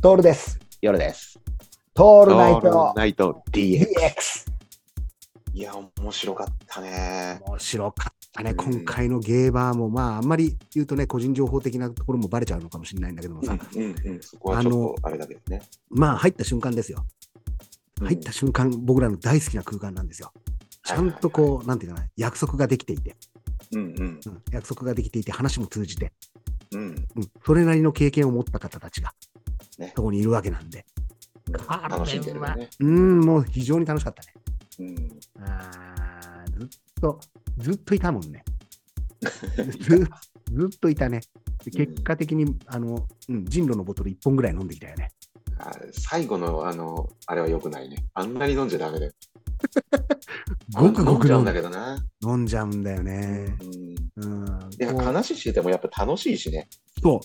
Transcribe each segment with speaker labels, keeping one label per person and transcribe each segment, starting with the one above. Speaker 1: トールです。
Speaker 2: 夜です。
Speaker 1: ト
Speaker 2: オ
Speaker 1: ールナイト
Speaker 2: ナイト DX。
Speaker 1: DX。
Speaker 2: いや、面白かったね。
Speaker 1: 面白かったね、
Speaker 2: うん
Speaker 1: 今回のゲーバーも、まあ、あんまり言うとね、個人情報的なところもバレちゃうのかもしれないんだけども
Speaker 2: う
Speaker 1: さ、
Speaker 2: んうんうん、そこはちょっとあれだけどね。
Speaker 1: まあ、入った瞬間ですよ。入った
Speaker 2: し、
Speaker 1: 瞬間、僕らの大好きな空間なんですよ。ちゃんとこう、なんていうかな、約束ができていて、
Speaker 2: うんうん
Speaker 1: うん約束ができていて、話も通じて、
Speaker 2: うん、
Speaker 1: うんそれなりの経験を持った方たちが、
Speaker 2: ね
Speaker 1: そこにいるわけなんで、あ
Speaker 2: 楽しんでるよね。
Speaker 1: うん、もう非常に楽しかったね。
Speaker 2: うん、
Speaker 1: あーずっと、ずっといたもん ね。ずずっといたね。で
Speaker 2: うん
Speaker 1: 結果的に、あの、うん、人狼のボトル1本ぐらい飲んできたよね。
Speaker 2: あ最後のあの、あれは良くないね。あんなに飲んじゃダメだよ。
Speaker 1: ごくごく飲
Speaker 2: 飲んじゃうん
Speaker 1: ん
Speaker 2: だけどな。
Speaker 1: 飲んじゃうんだよね。
Speaker 2: うん、い
Speaker 1: うん。
Speaker 2: や、
Speaker 1: こう
Speaker 2: 話しててもやっぱ楽しいしね。
Speaker 1: そう。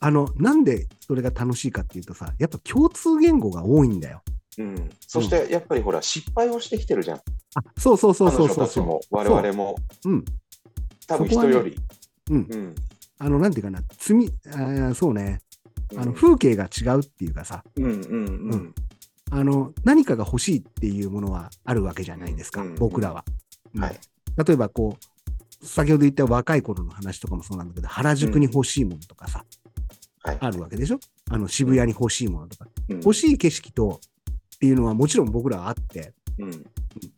Speaker 1: あの、なんでそれが楽しいかっていうとさ、やっぱ共通言語が多いんだよ。
Speaker 2: うん、そしてやっぱりほら、失敗をしてきてるじゃん。
Speaker 1: あ、そうそうそうそうそ
Speaker 2: 彼女
Speaker 1: う
Speaker 2: たち
Speaker 1: そ
Speaker 2: も、我々も、
Speaker 1: う。うん。
Speaker 2: 多分人より。
Speaker 1: うん。
Speaker 2: うん
Speaker 1: あの、なんていうかな、積み、あーそうね。あの、
Speaker 2: うん
Speaker 1: 風景が違うっていうかさ、
Speaker 2: うんうんうん。
Speaker 1: あの、何かが欲しいっていうものはあるわけじゃないですか、
Speaker 2: うんうん
Speaker 1: 僕らは。うん
Speaker 2: はい
Speaker 1: 例えばこう、先ほど言った若い頃の話とかもそうなんだけど、原宿に欲しいものとかさ、
Speaker 2: はい
Speaker 1: あるわけでしょあの渋谷に欲しいものとか。
Speaker 2: うん
Speaker 1: 欲しい景色とっていうのはもちろん僕らはあって、
Speaker 2: うん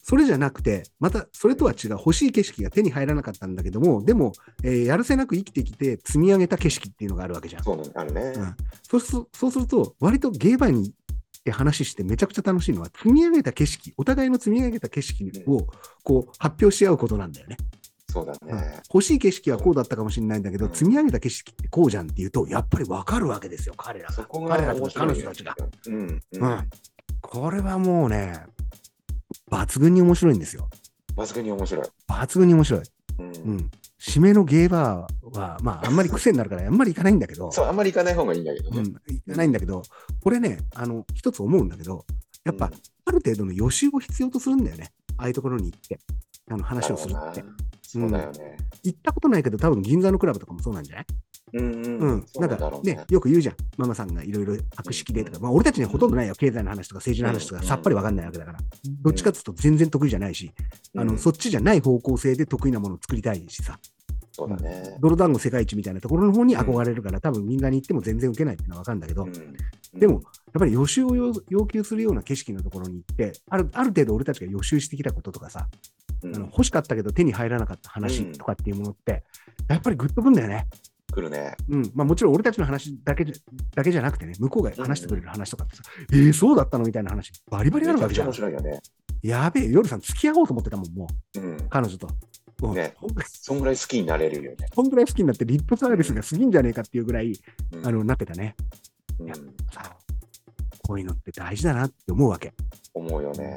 Speaker 1: それじゃなくて、またそれとは違う欲しい景色が手に入らなかったんだけども、でも、えーやるせなく生きてきて積み上げた景色っていうのがあるわけじゃん。
Speaker 2: そうなの、あるね。
Speaker 1: うんそうすそうすると、割とゲーバーに行って話してめちゃくちゃ楽しいのは、積み上げた景色、お互いの積み上げた景色をこう発表し合うことなんだよね。
Speaker 2: そうだ
Speaker 1: うん
Speaker 2: ね。
Speaker 1: 欲しい景色はこうだったかもしれないんだけど、
Speaker 2: うん
Speaker 1: 積み上げた景色ってこうじゃんって言うと、やっぱり分かるわけですよ、彼らが。
Speaker 2: そこ
Speaker 1: 彼ら
Speaker 2: が
Speaker 1: とか
Speaker 2: 面白い
Speaker 1: 彼
Speaker 2: ね
Speaker 1: 女たちが。。
Speaker 2: うん。う
Speaker 1: うん
Speaker 2: ん。
Speaker 1: これはもうね、抜群に面白いんですよ。
Speaker 2: 抜群に面白い。
Speaker 1: 抜群に面白い。
Speaker 2: う。
Speaker 1: うんん。締めのゲーバーは、まあ、あんまり癖になるから、あんまり行かないんだけど。
Speaker 2: そう、あんまり行かない方がいいんだけど
Speaker 1: う
Speaker 2: ね。
Speaker 1: ん、いかないんだけど、これね、あの、一つ思うんだけど、やっぱ、ある程度の予習を必要とするんだよね。ああいうところに行って、あの話をするっ
Speaker 2: なる
Speaker 1: て
Speaker 2: ほど。なそうだよね。
Speaker 1: 行ったことないけど、多分銀座のクラブとかもそうなんじゃない
Speaker 2: うんうん
Speaker 1: うん。
Speaker 2: そう
Speaker 1: な
Speaker 2: なんんだ
Speaker 1: か
Speaker 2: ろうね
Speaker 1: ね、。よく言うじゃん。ママさんがいろいろ博識でとか、
Speaker 2: うん
Speaker 1: まあ俺たちにはほとんどないよ。経済の話とか政治の話と
Speaker 2: う
Speaker 1: か
Speaker 2: ん
Speaker 1: さっぱりわかんないわけだから。どっちかっていうと全然得意じゃないし、あ
Speaker 2: う
Speaker 1: の、
Speaker 2: ん
Speaker 1: そっちじゃない方向性で得意なものを作りたいしさ、
Speaker 2: そうだね。
Speaker 1: 泥団子世界一みたいなところの方に憧れるから、多分銀座に行っても全然受けないっていうのはわかるんだけど、
Speaker 2: うん
Speaker 1: でも、やっぱり予習を要要求するような景色のところに行って、あるある程度俺たちが予習してきたこととかさ、
Speaker 2: うん
Speaker 1: あの欲しかったけど手に入らなかった話とかっていうものって、やっぱりグッとくんだよね。
Speaker 2: 来るね。
Speaker 1: うん。まあもちろん俺たちの話だけじゃだけじゃなくてね、向こうが話してくれる話とかってさ、えー、そうだったのみたいな話、バリバリあるわけじゃ
Speaker 2: め
Speaker 1: ん
Speaker 2: ち。ゃくちゃ面白いよね。
Speaker 1: やべえ、夜さん付き合おうと思ってたもん、もう、
Speaker 2: うん。
Speaker 1: 彼女と。うん
Speaker 2: ね
Speaker 1: ほんぐらい
Speaker 2: そんぐらい好きになれるよね。
Speaker 1: ほんぐらい好きになって、リップサービスが過ぎんじゃねえかっていうぐらい、
Speaker 2: うん
Speaker 1: あの、なってたね。
Speaker 2: うん
Speaker 1: さあ、こういうのって大事だなって思うわけ。
Speaker 2: 思うよね。